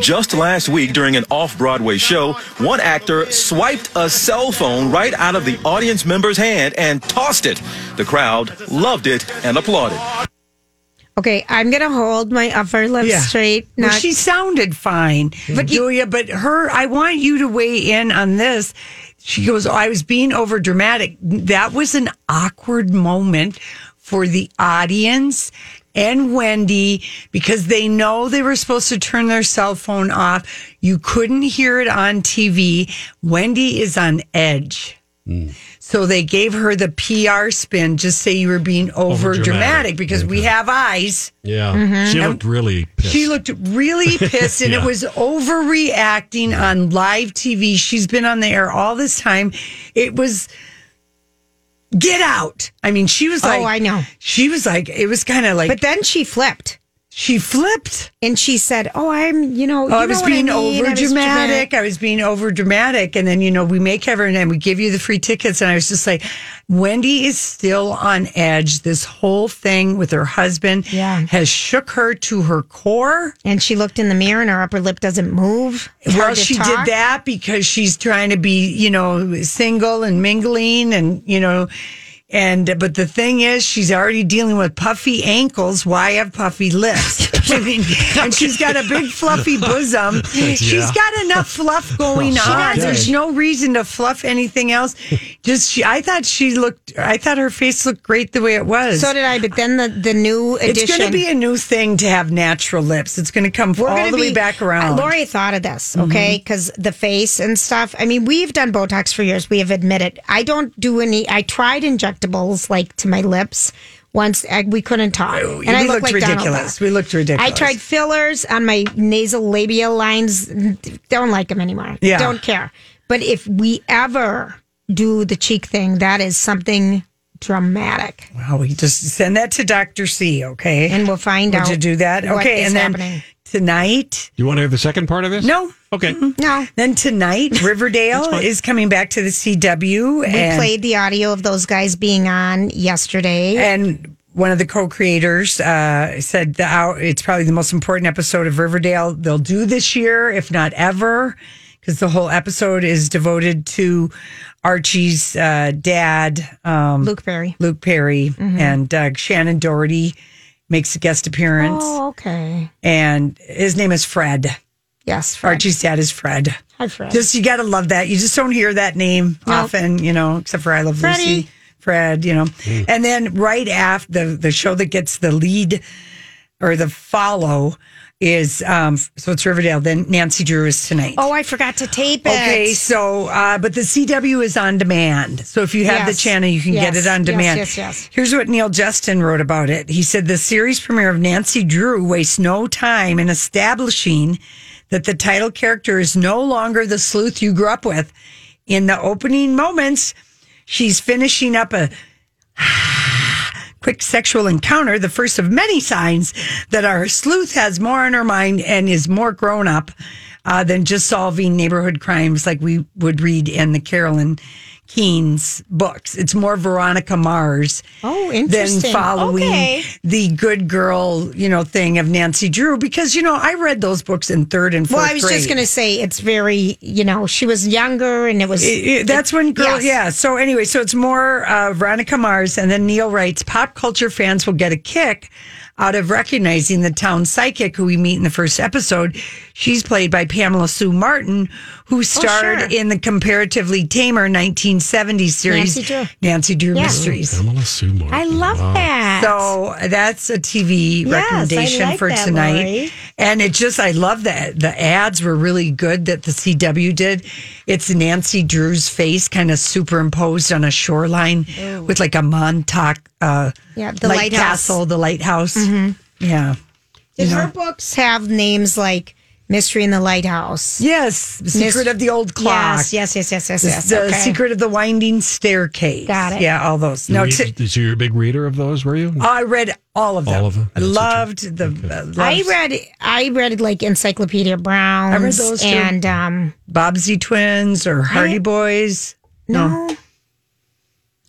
S9: Just last week, during an off Broadway show, one actor swiped a cell phone right out of the audience member's hand and tossed it. The crowd loved it and applauded.
S3: Okay, I'm gonna hold my upper lip straight.
S2: Well,
S3: Not,
S2: she sounded fine, but Julia. But her, I want you to weigh in on this. She goes, "I was being over dramatic. That was an awkward moment for the audience." And Wendy, because they know they were supposed to turn their cell phone off. You couldn't hear it on TV. Wendy is on edge. So they gave her the PR spin. Just say you were being over
S1: Overdramatic.
S2: dramatic because we have eyes.
S1: Yeah. She looked really pissed.
S2: Mm-hmm. She looked really pissed and
S1: Yeah.
S2: it was overreacting on live TV. She's been on the air all this time. It was get out. I mean, she was
S3: Oh,
S2: like
S3: I know.
S2: She was like it was kind of like
S3: but then she flipped
S2: she flipped.
S3: and she said, "Oh, I'm, you know,
S2: Oh,
S3: you
S2: I was
S3: know what
S2: being
S3: I mean. I
S2: over
S3: was
S2: dramatic. I was being over dramatic. And then, you know, we make everyone and we give you the free tickets. And I was just like, Wendy is still on edge. This whole thing with her husband
S3: Yeah.
S2: has shook her to her core.
S3: And she looked in the mirror, and her upper lip doesn't move. It's
S2: Well,
S3: hard to
S2: she
S3: talk.
S2: did that because she's trying to be, you know, single and mingling and, you know, and, but the thing is, she's already dealing with puffy ankles. Why have puffy lips? I mean, and she's got a big fluffy bosom. She's got enough fluff going on.
S1: does.
S2: There's no reason to fluff anything else. Just, she, I thought she looked, I thought her face looked great the way it was.
S3: So did I. But then the the new edition.
S2: it's going to be a new thing to have natural lips. It's going to come
S3: We're
S2: all
S3: gonna
S2: the way
S3: be-
S2: back around. Mm-hmm.
S3: Uh, Lori thought of this, okay? Because the face and stuff. I mean, we've done Botox for years. We have admitted. I don't do any. I tried injectables like to my lips once I, we couldn't talk.
S2: Oh, we looked ridiculous. We looked ridiculous.
S3: I tried fillers on my nasal labial lines. Don't like them anymore.
S2: Yeah.
S3: Don't care. But if we ever do the cheek thing, that is something dramatic.
S2: Well, we just send that to Dr. C, okay?
S3: And we'll find
S2: Would
S3: out
S2: you do that?
S3: what
S2: Okay,
S3: is
S2: and then
S3: happening.
S2: tonight.
S1: You want to hear the second part of this?
S2: No. Mm-hmm.
S1: Okay.
S3: No.
S2: Then tonight, Riverdale is coming back to the CW.
S3: We
S2: and,
S3: played the audio of those guys being on yesterday.
S2: and one of the co-creators uh, said the hour, it's probably the most important episode of Riverdale they'll do this year, if not ever, because the whole episode is devoted to Archie's uh, dad, um,
S3: Luke Perry.
S2: Luke Perry,
S3: Mm-hmm.
S2: and uh, Shannon Doherty makes a guest appearance,
S3: Oh, okay.
S2: and his name is Fred.
S3: Yes, Fred.
S2: Archie's dad is Fred.
S3: Hi, Fred.
S2: Just you got to love that. You just don't hear that name
S3: Nope.
S2: often, you know, except for I love Lucy,
S3: Freddie.
S2: Fred, you know. And then right after the the show that gets the lead or the follow is um so it's Riverdale. Then Nancy Drew is tonight.
S3: oh, I forgot to tape it.
S2: Okay, so uh, but the CW is on demand. So if you have
S3: Yes.
S2: the channel, you can get
S3: Yes.
S2: it on
S3: Yes,
S2: demand.
S3: yes, yes.
S2: Here's what Neil Justin wrote about it. He said the series premiere of Nancy Drew wastes no time in establishing that the title character is no longer the sleuth you grew up with. In the opening moments, she's finishing up a quick sexual encounter, the first of many signs that our sleuth has more on her mind and is more grown up uh, than just solving neighborhood crimes like we would read in the Carolyn Keene's books. It's more Veronica Mars
S3: Oh,
S2: than
S3: interesting.
S2: following
S3: Okay.
S2: the good girl, you know, thing of Nancy Drew because you know I read those books in third and fourth.
S3: Well, I was just
S2: grade.
S3: going to say it's very, you know, she was younger and it was.
S2: It- it- that's when girls,
S3: Yes.
S2: yeah. So anyway, so it's more uh, Veronica Mars, and then Neil writes, pop culture fans will get a kick out of recognizing the town psychic who we meet in the first episode. She's played by Pamela Sue Martin, who starred
S3: Oh, sure.
S2: in the comparatively tamer 1970s series
S3: Nancy Drew.
S2: Nancy Drew
S3: Yeah.
S2: Mysteries.
S1: Pamela Sue Martin.
S3: I love
S1: Wow.
S3: that.
S2: So that's a TV
S3: Yes, I
S2: recommendation
S3: like
S2: for
S3: that,
S2: tonight.
S3: Lori.
S2: And it just, I love that the ads were really good that the CW did. It's Nancy Drew's face kind of superimposed on a shoreline with like a Montauk, uh,
S3: Yeah, the
S2: light
S3: lighthouse. Mm-hmm.
S2: castle, the lighthouse. Yeah.
S3: Did her books have names like Mystery in the Lighthouse?
S2: Yes. Secret of the Old Clock.
S3: Yes, yes, yes, yes, yes.
S2: The,
S3: yes.
S2: the
S3: okay.
S2: Secret of the Winding Staircase.
S3: Got it.
S2: Yeah, all those. Now,
S1: You
S2: t- Oh.
S1: read- so you're a big reader of those, were you?
S2: I read all of them.
S1: All of them?
S2: I
S1: That's
S2: loved the. uh, loved
S3: I read, I read like Encyclopedia Brown.
S2: I read those, too.
S3: And um,
S2: Bobsey Twins or Hardy Boys.
S3: no,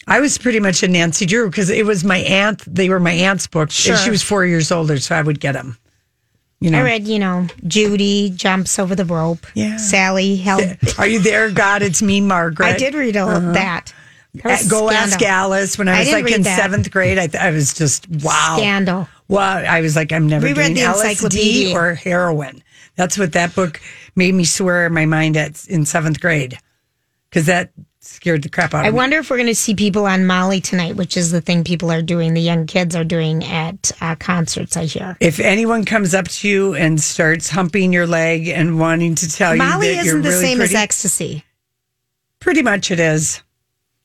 S2: I was pretty much a Nancy Drew because it was my aunt. They were my aunt's books.
S3: Sure.
S2: And she was four years older, so I would get them. You know,
S3: I read, you know, Judy jumps over the rope.
S2: Yeah.
S3: Sally held.
S2: are you there, God? It's me, Margaret.
S3: I did read all of that. Uh-huh. That was
S2: Uh, Go ask
S3: scandal.
S2: Alice. When
S3: I
S2: I was
S3: didn't
S2: like in
S3: read that.
S2: seventh grade, I, th- I was just wow,
S3: Scandal.
S2: wow. I was like, I'm never
S3: We read
S2: doing
S3: the
S2: LSD
S3: encyclopedia.
S2: or heroin. That's what that book made me swear in my mind at in seventh grade because that scared the crap out
S3: I
S2: of me.
S3: wonder if we're going to see people on Molly tonight, which is the thing people are doing, the young kids are doing at uh, concerts, I hear.
S2: If anyone comes up to you and starts humping your leg and wanting to tell
S3: Molly
S2: Oh, you that you're
S3: isn't the
S2: really
S3: same
S2: pretty,
S3: as ecstasy,
S2: pretty much it is.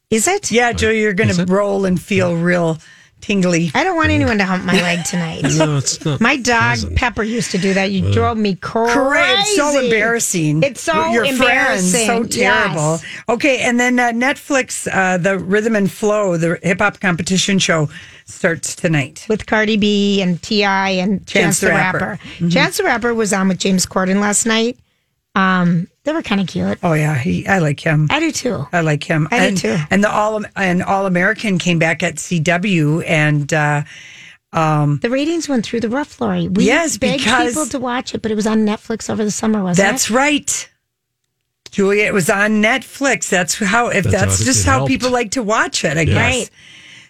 S3: is it?
S2: Yeah, Julie, you're going
S1: Is
S2: to
S1: it?
S2: roll and feel real tingly.
S3: I don't want anyone to hump my leg tonight.
S1: No, it's not.
S3: My dog Pepper used to do that. You drove me crazy.
S2: Correct. It's so embarrassing.
S3: It's so
S2: your friends, so
S3: embarrassing.
S2: terrible.
S3: Yes.
S2: Okay, and then uh, Netflix, uh, the Rhythm and Flow, the hip hop competition show, starts tonight.
S3: With Cardi B and Ti and Chance, the Rapper.
S2: Mm-hmm.
S3: Chance the Rapper was on with James Corden last night. Um, they were kind of cute.
S2: Oh yeah, he, I like him.
S3: I do too.
S2: I like him.
S3: I do
S2: and,
S3: too.
S2: And the all and all American came back at CW and. Uh,
S3: The ratings went through the roof, Lori. We
S2: Yes,
S3: begged
S2: because-
S3: people to watch it, but it was on Netflix over the summer, wasn't
S2: That's
S3: it?
S2: right. Julia, it was on Netflix. That's how if
S1: That's
S2: that's,
S1: how it-
S2: just
S1: it
S2: how
S1: helped.
S2: people like to watch it, I guess.
S3: Right.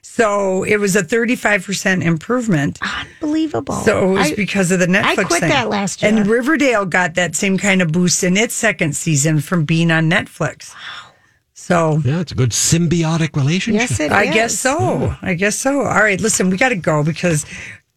S2: So it was a thirty five percent improvement.
S3: Unbelievable.
S2: So it was
S3: Oh, I-
S2: because of the Netflix.
S3: I quit
S2: thing.
S3: that last year.
S2: And Riverdale got that same kind of boost in its second season from being on Netflix. So
S1: Yeah, it's a good symbiotic relationship.
S3: yes, it
S2: I
S3: is.
S2: guess so. I guess so. All right, listen, we got to go because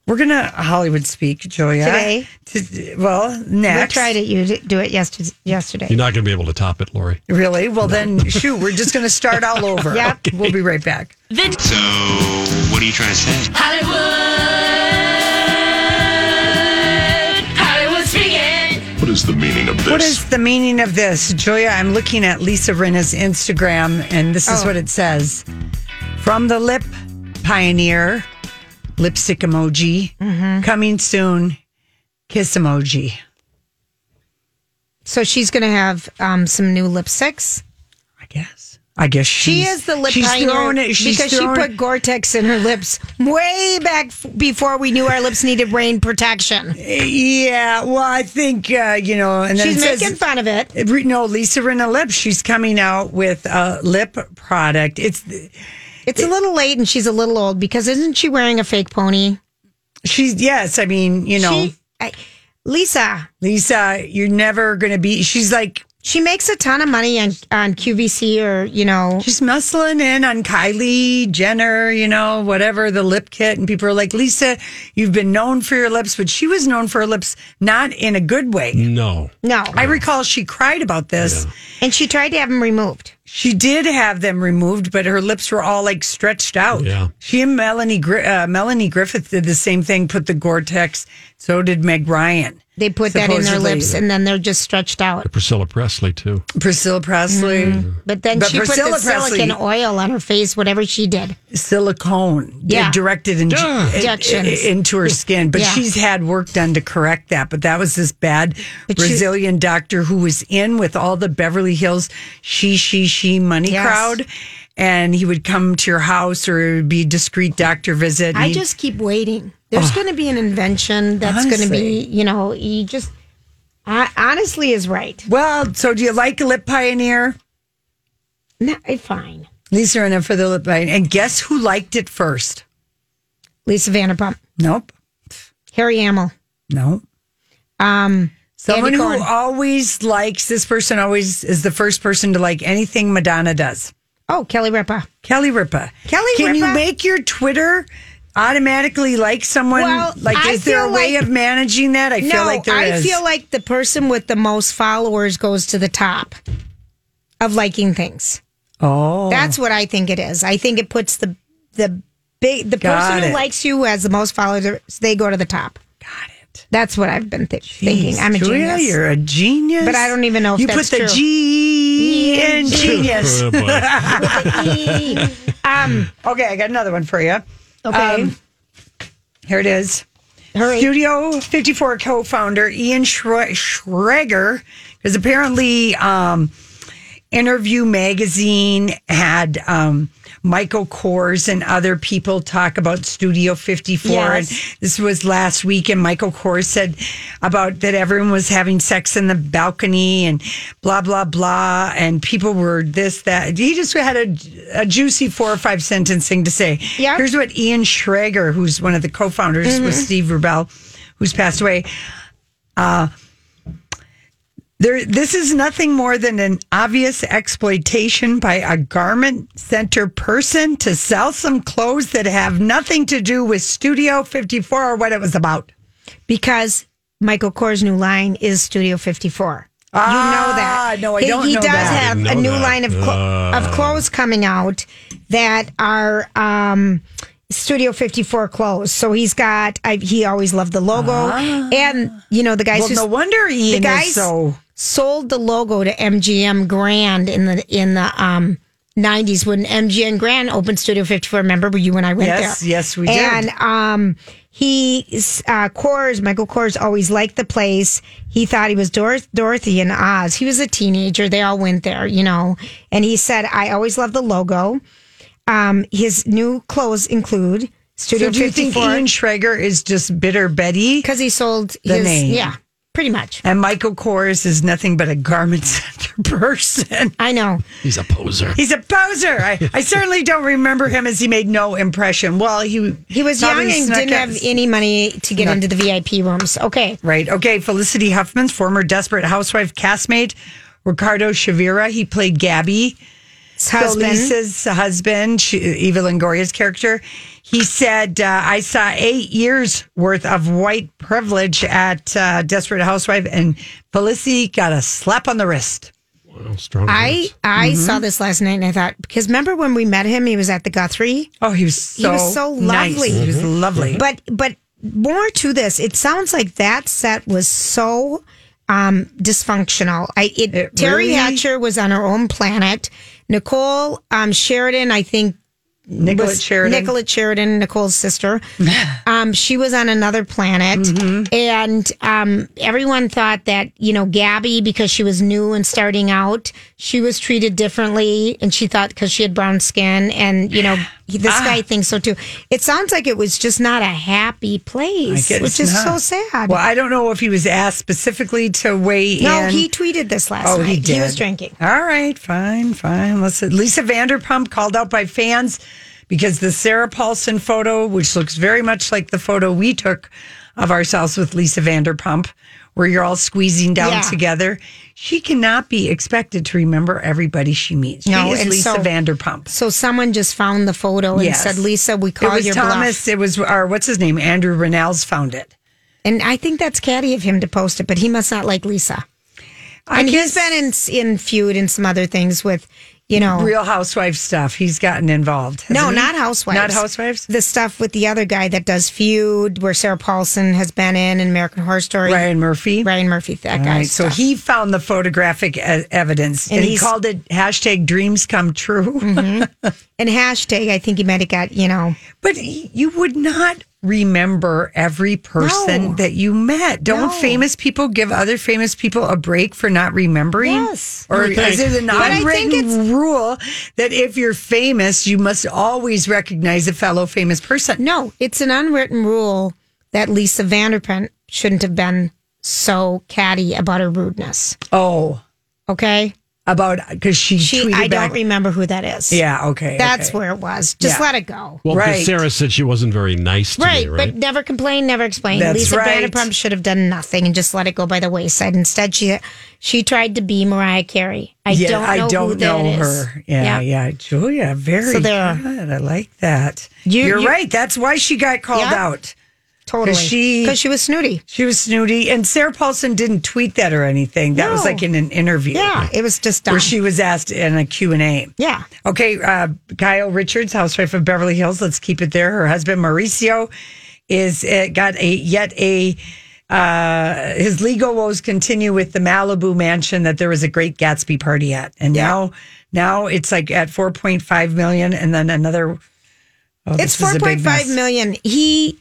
S2: We're gonna Hollywood speak, Julia.
S3: Today?
S2: To- well, next.
S3: We tried it. You did do it yesterday. Yesterday.
S1: You're not going to be able to top it, Lori.
S2: Really? Well, then, shoot, we're just going to start all over.
S3: Yep.
S2: We'll be right back.
S11: So, what are you trying to say?
S12: Hollywood. Hollywood speaking.
S11: What is the meaning of
S2: What is the meaning of this? Julia, I'm looking at Lisa Rinna's Instagram, and this is
S12: Oh.
S2: what it says From the lip pioneer, lipstick emoji,
S3: Mm-hmm.
S2: coming soon, kiss emoji.
S3: So she's going to have um, some new lipsticks.
S2: I guess. I guess
S3: She
S2: she's-
S3: is the lip
S2: she's
S3: pioneer
S2: thrown it- she's
S3: because
S2: thrown
S3: she
S2: it-
S3: put Gore-Tex in her lips way back f- before we knew our lips needed rain protection.
S2: Yeah, well, I think uh, you know, and then
S3: She's
S2: it says-
S3: making fun of it.
S2: Re- No, Lisa Rinna Lip. She's coming out with a lip product. It's
S3: It's a little late and she's a little old because isn't she wearing a fake pony?
S2: she's yes. I mean, you know,
S3: She- I, Lisa.
S2: Lisa, you're never gonna be. She's like
S3: she makes a ton of money on on QVC or you know.
S2: she's muscling in on Kylie Jenner. You know, whatever the lip kit, and people are like, Lisa, you've been known for your lips, but she was known for her lips, not in a good way.
S1: No.
S3: No,
S2: I recall she cried about this.
S3: and she tried to have them removed.
S2: She did have them removed, but her lips were all like stretched out.
S1: Yeah.
S2: She and Melanie Gri- uh, Melanie Griffith did the same thing. Put the Gore-Tex. So did Meg Ryan.
S3: They put that in their
S2: Supposedly.
S3: lips and then they're just stretched out.
S1: Priscilla Presley, too.
S2: Priscilla Presley.
S3: But then
S2: But
S3: she
S2: Priscilla
S3: put the silicon
S2: Presley-
S3: oil on her face, whatever she did.
S2: Silicone di-
S3: Yeah.
S2: directed in,
S3: Yeah.
S2: in-
S3: Injections.
S2: into her skin, but
S3: Yeah.
S2: she's had work done to correct that. But that was this bad Brazilian doctor who was in with all the Beverly Hills she she she money
S3: Yes.
S2: crowd, and he would come to your house or it would be discreet doctor visit. and
S3: I
S2: he'd-
S3: just keep waiting. There's going to be an invention that's going to be,
S2: Honestly.
S3: you know, you just I, honestly is right.
S2: Well, so do you like Lip Pioneer?
S3: No, eh, fine.
S2: Lisa Rinna for the Lip Pioneer. And guess who liked it first?
S3: Lisa Vanderpump,
S2: Nope.
S3: Harry Hamill.
S2: No.
S3: Um,
S2: Someone
S3: Andy
S2: who
S3: Cohen.
S2: always likes this person always is the first person to like anything Madonna does.
S3: oh, Kelly Ripa.
S2: Kelly Ripa.
S3: Kelly
S2: Can you
S3: Ripa?
S2: make your Twitter automatically like someone?
S3: Well,
S2: like,
S3: I
S2: is there a
S3: feel
S2: way
S3: like-
S2: of managing that? I feel like there
S3: I
S2: is.
S3: feel like the person with the most followers goes to the top of liking things.
S2: oh,
S3: That's what I think it is. I think it puts the the big the
S2: Got
S3: person
S2: it.
S3: who likes you has the most followers. They go to the top.
S2: got it.
S3: That's what I've been thi- thinking.
S2: Jeez,
S3: I'm a
S2: Julia,
S3: genius.
S2: You're a genius.
S3: But I don't even know if
S2: you
S3: that's
S2: put the
S3: true.
S2: G in genius.
S1: Oh, boy.
S3: um.
S2: Okay, I got another one for you.
S3: Okay.
S2: Um, here it is.
S3: Hurry.
S2: Studio 54 co founder Ian Schre- Schreger, because apparently um, Interview Magazine had um, Michael Kors and other people talk about Studio 54.
S3: Yes.
S2: And this was last week, and Michael Kors said about that everyone was having sex in the balcony and blah, blah, blah. And people were this, that. He just had a, a juicy four or five sentence thing to say.
S3: Yeah.
S2: Here's what Ian Schrager, who's one of the co founders with Steve Rubel, who's passed away, there, this is nothing more than an obvious exploitation by a garment center person to sell some clothes that have nothing to do with Studio 54 or what it was about.
S3: because Michael Kors' new line is Studio 54. you know
S2: Ah,
S3: that.
S2: no, I
S3: He-
S2: don't
S3: He
S2: know
S3: does
S2: that. Ah.
S1: I
S3: have
S1: didn't
S3: a
S1: know
S3: new
S1: that.
S3: line of clo- of clothes coming out that are um, Studio 54 clothes. So he's got. I, he always loved the logo, and you know the guys
S2: Ah. Well,
S3: who
S2: no wonder Ian
S3: the
S2: is
S3: guys
S2: so.
S3: sold the logo to MGM Grand in the in the um 90s when MGM Grand opened Studio 54. Remember where you and I went
S2: Yes,
S3: there?
S2: yes, we did.
S3: And um, he uh, Kors, Michael Kors, always liked the place. He thought he was Dor- Dorothy in Oz. He was a teenager. They all went there, you know. And he said, "I always love the logo." Um, his new clothes include Studio
S2: So do you think
S3: 54
S2: Ian Schrager is just bitter Betty
S3: because he sold
S2: The
S3: his
S2: name.
S3: yeah, pretty much.
S2: and Michael Kors is nothing but a garment center person?
S3: I know.
S1: He's a poser.
S2: He's a poser. I, I certainly don't remember him as he made no impression. Well, he
S3: He was
S2: probably
S3: young and
S2: snuck
S3: didn't
S2: up-
S3: have any money to get into the VIP rooms. Okay.
S2: Right. Okay. Felicity Huffman's former Desperate Housewife castmate, Ricardo Shavira. He played Gabby.
S3: husband.
S2: So Lisa's husband, she, Eva Longoria's character, he said, uh, I saw eight years worth of white privilege at uh, Desperate Housewife, and Felicity got a slap on the wrist.
S1: Well, strong
S3: I I saw this last night and I thought because remember when we met him, he was at the Guthrie.
S2: Oh, he was so
S3: he was so Mm-hmm.
S2: nice.
S3: lovely.
S2: He was Mhm. lovely.
S3: But but more to this, it sounds like that set was so um dysfunctional. I it, Terry
S2: really-
S3: Hatcher was on her own planet. Nicole um Sheridan, I think.
S2: Nicolette
S3: was-
S2: Sheridan.
S3: Nicolette Sheridan, Nicole's sister. um, she was on another planet,
S2: Mm-hmm.
S3: and um, everyone thought that you know Gabby because she was new and starting out, she was treated differently, and she thought because she had brown skin, and you know he- this
S2: Ah.
S3: guy thinks so too. It sounds like it was just not a happy place,
S2: I guess
S3: which is
S2: not.
S3: so sad.
S2: Well, I don't know if he was asked specifically to weigh
S3: no,
S2: in.
S3: he tweeted this last
S2: Oh,
S3: night.
S2: he did.
S3: was drinking.
S2: All right, fine, fine. Listen, Lisa Vanderpump called out by fans because the Sarah Paulson photo, which looks very much like the photo we took of ourselves with Lisa Vanderpump, where you're all squeezing down
S3: Yeah.
S2: together, she cannot be expected to remember everybody she meets.
S3: No,
S2: she is
S3: and
S2: Lisa
S3: so-
S2: Vanderpump.
S3: So someone just found the photo and
S2: Yes.
S3: said, "Lisa, we
S2: It
S3: call
S2: was
S3: your bluff."
S2: Thomas. It was our what's his name? Andrew Rennells found it.
S3: And I think that's catty of him to post it, but he must not like Lisa.
S2: I
S3: and
S2: guess-
S3: he's been in in feud and some other things with, you know,
S2: Real Housewife stuff. He's gotten involved. hasn't
S3: no,
S2: he?
S3: not housewives,
S2: Not housewives.
S3: The stuff with the other guy that does feud, where Sarah Paulson has been in, and American Horror Story,
S2: Ryan Murphy.
S3: Ryan Murphy, that
S2: All
S3: guy.
S2: right, so
S3: stuff.
S2: he found the photographic e- evidence and,
S3: And
S2: he
S3: he's- Mm-hmm.
S2: called it hashtag dreams come true.
S3: and hashtag, I think he might have got you know,
S2: But y- you would not remember every person
S3: No.
S2: that you met. Don't
S3: No.
S2: famous people give other famous people a break for not remembering?
S3: Yes.
S2: Or
S1: You
S2: is
S1: think.
S2: it an
S3: But I think
S2: unwritten rule that if you're famous, you must always recognize a fellow famous person?
S3: no, it's an unwritten rule that Lisa Vanderpump shouldn't have been so catty about her rudeness.
S2: Oh,
S3: Okay,
S2: about because she,
S3: she,
S2: tweeted
S3: I
S2: back.
S3: don't remember who that is.
S2: yeah, okay.
S3: That's
S2: okay.
S3: where it was. Just
S2: Yeah.
S3: let it go.
S1: Well, 'cause
S2: Right.
S1: Sarah said she wasn't very nice to
S3: Right,
S1: me, right?
S3: but never complain, never explain.
S2: That's
S3: Lisa
S2: right.
S3: Vanderpump should have done nothing and just let it go by the wayside. Instead, she she tried to be Mariah Carey. I
S2: yeah,
S3: don't know
S2: I don't
S3: who
S2: know
S3: that is.
S2: her. Yeah, yeah, Julia, very
S3: So there-
S2: good. I like that.
S3: You-
S2: You, are
S3: you-
S2: right. That's why she got called
S3: Yeah.
S2: out.
S3: totally.
S2: 'Cause she-
S3: because she was snooty.
S2: She was snooty, and Sarah Paulson didn't tweet that or anything. That was
S3: No.
S2: like in an interview.
S3: Yeah, it was just dumb.
S2: where she was asked in a Q and A.
S3: yeah,
S2: Okay, uh, Kyle Richards, housewife of Beverly Hills. Let's keep it there. Her husband Mauricio is uh, got a yet a uh, his legal woes continue with the Malibu mansion that there was a Great Gatsby party at, and now now it's like at four point five million, and then another. oh,
S3: it's
S2: this is
S3: four
S2: a big
S3: point five
S2: mess.
S3: million. He,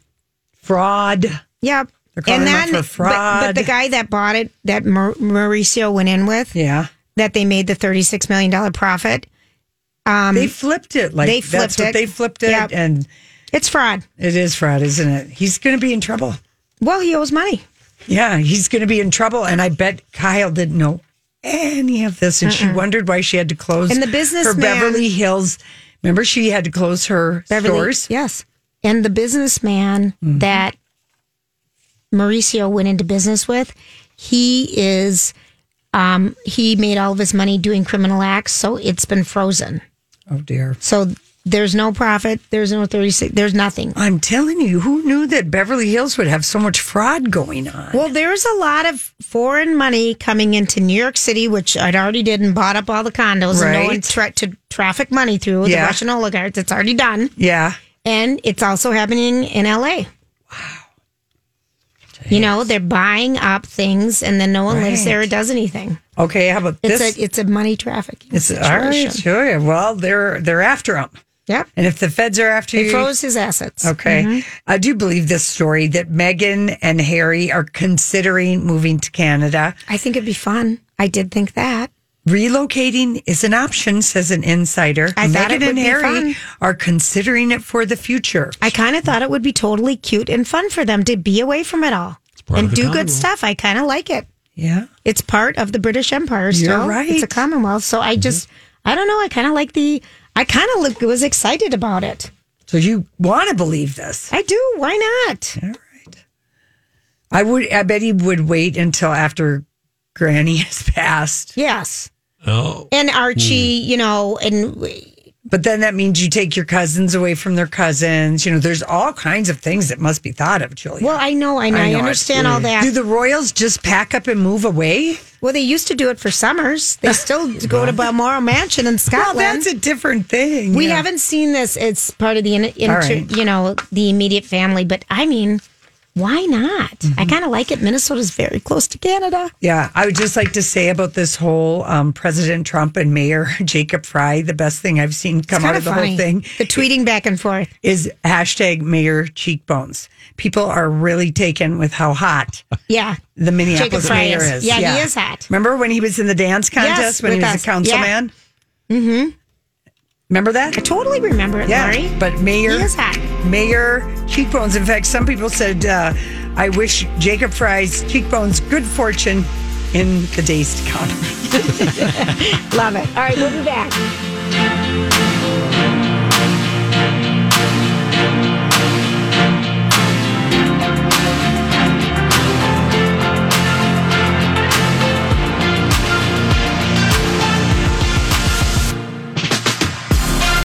S2: fraud.
S3: yep.
S2: They're calling him up for
S3: but, but
S2: fraud.
S3: the guy that bought it, that Maur- Mauricio went in with,
S2: Yeah,
S3: that they made the thirty six million dollar profit. Um,
S2: they flipped it. Like
S3: they
S2: that's
S3: flipped
S2: what
S3: it.
S2: they flipped it,
S3: Yep.
S2: and
S3: it's fraud.
S2: it is fraud, isn't it? He's going to be in trouble.
S3: Well, he owes money.
S2: Yeah, he's going to be in trouble. And I bet Kyle didn't know any of this. And she wondered why she had to close
S3: And the businessman-
S2: her Beverly Hills. Remember, she had to close her
S3: Beverly-
S2: stores? Mm-hmm.
S3: Yes. And the businessman that Mauricio went into business with, he is um he made all of his money doing criminal acts, so it's been frozen.
S2: Oh, dear.
S3: So there's no profit, there's no 36, there's nothing.
S2: I'm telling you, who knew that Beverly Hills would have so much fraud going on?
S3: Well, there's a lot of foreign money coming into New York City, which I'd already did and bought up all the condos and no one
S2: Right.
S3: tra- to traffic money through
S2: Yeah.
S3: the Russian oligarchs. It's already done.
S2: Yeah.
S3: And it's also happening in LA. Wow. You know, they're buying up things and then no one lives there or does anything.
S2: Okay, how about
S3: It's
S2: this?
S3: a it's a money trafficking.
S2: it's all right,
S3: situation.
S2: sure. Well, they're they're after him.
S3: Yep.
S2: And if the feds are after
S3: They
S2: you,
S3: froze Mm-hmm. his assets.
S2: Okay. I do believe this story that Meghan and Harry are considering moving to Canada.
S3: I think it'd be fun. I did think that.
S2: Relocating is an option, says an insider.
S3: I
S2: Meghan
S3: thought it
S2: and
S3: would be
S2: Harry
S3: fun.
S2: are considering it for the future.
S3: I kind of thought it would be totally cute and fun for them to be away from it all
S1: part of
S3: and
S1: the
S3: do good
S1: Commonwealth.
S3: stuff. I kind of like it.
S2: yeah.
S3: It's part of the British Empire still.
S2: right.
S3: It's a commonwealth. So I just I don't know, I kind of like the I kind of was excited about it.
S2: So you want to believe this?
S3: I do. Why not?
S2: All right. I would. I bet he would wait until after Granny has passed.
S3: Yes.
S1: Oh.
S3: and Archie,
S2: Hmm.
S3: you know, and
S2: But then that means you take your cousins away from their cousins. You know, there's all kinds of things that must be thought of, Julia.
S3: Well, I know, I know, I understand all that.
S2: Do the Royals just pack up and move away?
S3: Well, they used to do it for summers. They still go to Balmoral Mansion in Scotland.
S2: that's a different thing.
S3: We
S2: yeah.
S3: haven't seen this. It's part of the in, inter,
S2: All right.
S3: you know the immediate family, but I mean, why not?
S2: Mm-hmm.
S3: I kind of like it. Minnesota's very close to Canada.
S2: Yeah, I would just like to say about this whole um, President Trump and Mayor Jacob Fry, the best thing I've seen come out
S3: kinda
S2: of the
S3: funny.
S2: whole thing
S3: The tweeting back and forth.
S2: is hashtag Mayor Cheekbones. People are really taken with how hot
S3: Yeah,
S2: the Minneapolis
S3: Fry
S2: mayor
S3: is-
S2: is.
S3: yeah, he is hot.
S2: Remember when he was in the dance contest
S3: Yes,
S2: when he
S3: with
S2: was
S3: us.
S2: a councilman?
S3: Mm-hmm.
S2: Remember that?
S3: I totally remember it,
S2: Yeah,
S3: Lori.
S2: but Mayor
S3: He is hot.
S2: Mayor Cheekbones. In fact, some people said, uh, "I wish Jacob Fry's cheekbones good fortune in the days to come."
S3: Love it. All right, we'll be back.